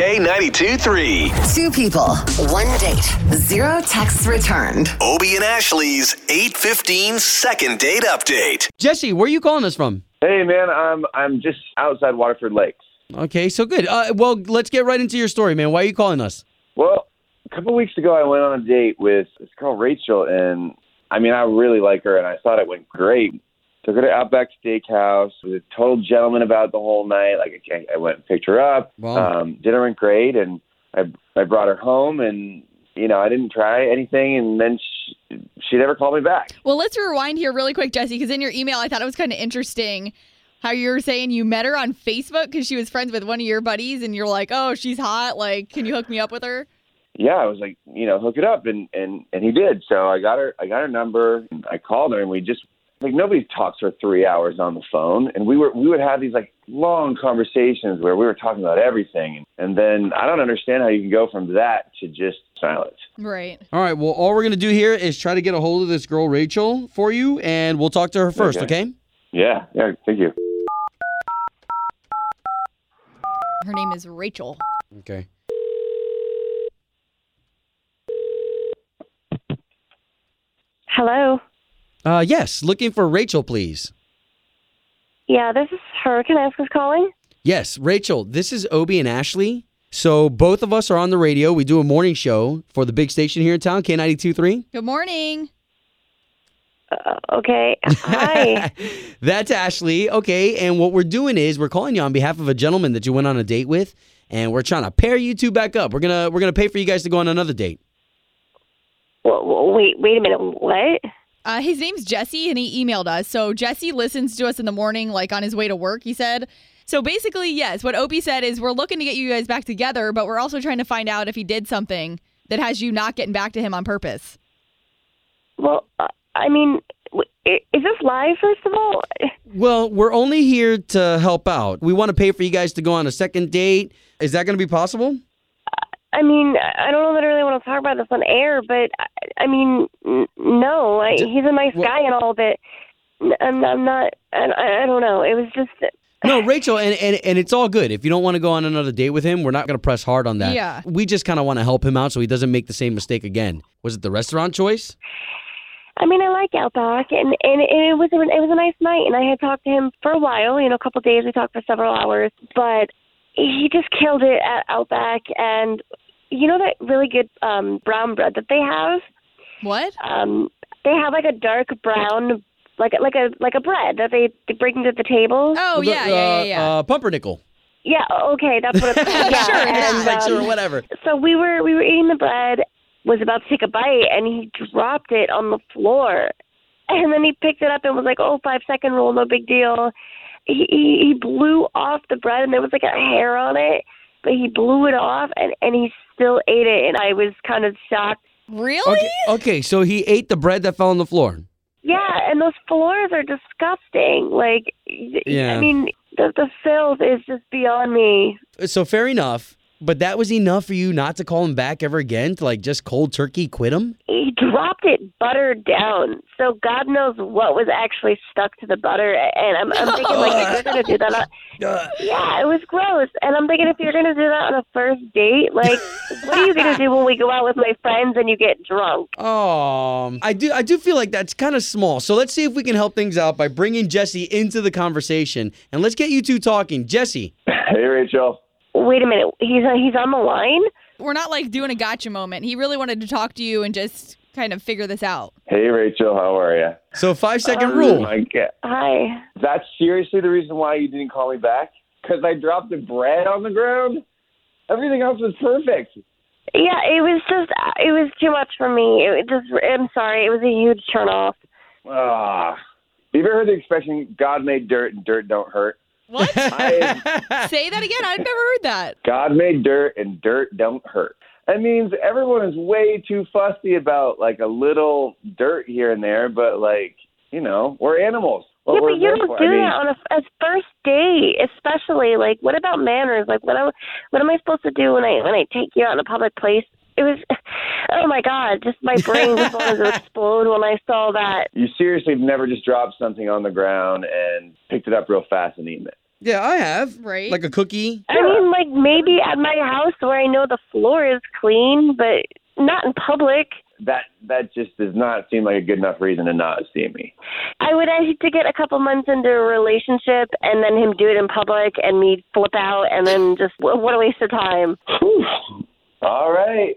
K92 3. Two people, one date, zero texts returned. Obie and Ashley's 815 second date update. Jesse, where are you calling us from? Hey man, I'm I'm just outside Waterford Lakes. Okay, so good. Uh, well, let's get right into your story, man. Why are you calling us? Well, a couple weeks ago I went on a date with this girl Rachel and I mean I really like her and I thought it went great. Took her to Outback Steakhouse, was a total gentleman about the whole night. Like I, I went and picked her up. Wow. Um, dinner went great and I I brought her home and you know, I didn't try anything and then she, she never called me back. Well, let's rewind here really quick, Jesse, because in your email, I thought it was kind of interesting how you were saying you met her on Facebook because she was friends with one of your buddies, and you're like, oh, she's hot. Like, can you hook me up with her? yeah, I was like, you know, hook it up, and and and he did. So I got her, I got her number, and I called her, and we just like nobody talks for three hours on the phone, and we were we would have these like long conversations where we were talking about everything, and then I don't understand how you can go from that to just silence. Right. All right, well, all we're going to do here is try to get a hold of this girl, Rachel, for you, and we'll talk to her first, okay? Okay. Yeah, yeah, thank you. Her name is Rachel. Okay. Hello. Uh, yes, looking for Rachel, please. Yeah, this is her. Can I ask who's calling? Yes, Rachel, this is Obie and Ashley. So both of us are on the radio. We do a morning show for the big station here in town, K92.3. Good morning. Uh, okay. Hi. That's Ashley. Okay, and what we're doing is we're calling you on behalf of a gentleman that you went on a date with, and we're trying to pair you two back up. We're gonna we're gonna pay for you guys to go on another date. Whoa, whoa, wait, wait a minute. What? Uh, his name's Jesse, and he emailed us. So Jesse listens to us in the morning, like on his way to work, he said. So basically, yes, what Opie said is we're looking to get you guys back together, but we're also trying to find out if he did something that has you not getting back to him on purpose. Well, uh, I mean, w- i- is this live? First of all, Well, we're only here to help out. We want to pay for you guys to go on a second date. Is that gonna be possible? I mean, I I don't know that I really want to talk about this on air, but I, I mean, n- no. I, he's a nice well- guy and all, but n- I'm, I'm not. I, I I don't know. It was just. No, Rachel, and, and and it's all good. If you don't want to go on another date with him, we're not going to press hard on that. Yeah. We just kind of want to help him out so he doesn't make the same mistake again. Was it the restaurant choice? I mean, I like Outback, and and it, it was a, it was a nice night, and I had talked to him for a while. You know, a couple of days. We talked for several hours, but he just killed it at Outback, and you know that really good um, brown bread that they have. What? Um, they have like a dark brown, like a- like a like a bread that they, they bring to the table. Oh, The- yeah, yeah, yeah, uh, yeah. Uh, pumpernickel. Yeah, okay, that's what it's called. Yeah, Sure, and, It's like, um, sure, whatever. so we were we were eating the bread, was about to take a bite, and he dropped it on the floor, and then he picked it up and was like, "Oh, five second rule, no big deal." He he, he blew off the bread, and there was like a hair on it, but he blew it off, and and he still ate it, and I was kind of shocked. really? Okay, okay, so he ate the bread that fell on the floor. Yeah, and those floors are disgusting. Like, yeah. Yeah. I mean, the the filth is just beyond me. So fair enough, but that was enough for you not to call him back ever again to like just cold turkey quit him? he dropped it buttered down. So God knows what was actually stuck to the butter. And I'm, I'm thinking, like, if you're going to do that, on, yeah, it was gross. And I'm thinking, if you're going to do that on a first date, like, what are you going to do when we go out with my friends and you get drunk? Um, I do. I do feel like that's kind of small. So let's see if we can help things out by bringing Jesse into the conversation, and let's get you two talking. Jesse, Hey Rachel, Wait a minute, he's he's on the line. We're not like doing a gotcha moment. He really wanted to talk to you and just kind of figure this out. hey Rachel, how are you? so five second rule. my God, Hi. that's seriously the reason why you didn't call me back? Because I dropped the bread on the ground. Everything else was perfect. Yeah, it was just it was too much for me. It just I'm sorry, it was a huge turnoff. Ah. Have you ever heard the expression "God made dirt and dirt don't hurt"? What? I, Say that again. I've never heard that. God made dirt, and dirt don't hurt. That means everyone is way too fussy about like a little dirt here and there, but like you know, we're animals. What yeah, we're but you there don't for- do I mean, that on a, a first date, especially. Like, what about manners? Like, what am what am I supposed to do when I when I take you out in a public place? It was, oh my god, just my brain just wanted to explode when I saw that. You seriously have never just dropped something on the ground and picked it up real fast and eaten it. Yeah, I have. Right. Like a cookie. I mean, like maybe at my house where I know the floor is clean, but not in public. That that just does not seem like a good enough reason to not see me. I would hate to get a couple months into a relationship and then him do it in public and me flip out and then just wh- what a waste of time. Whew. All right,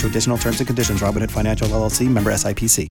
to additional terms and conditions. Robinhood Financial LLC member SIPC.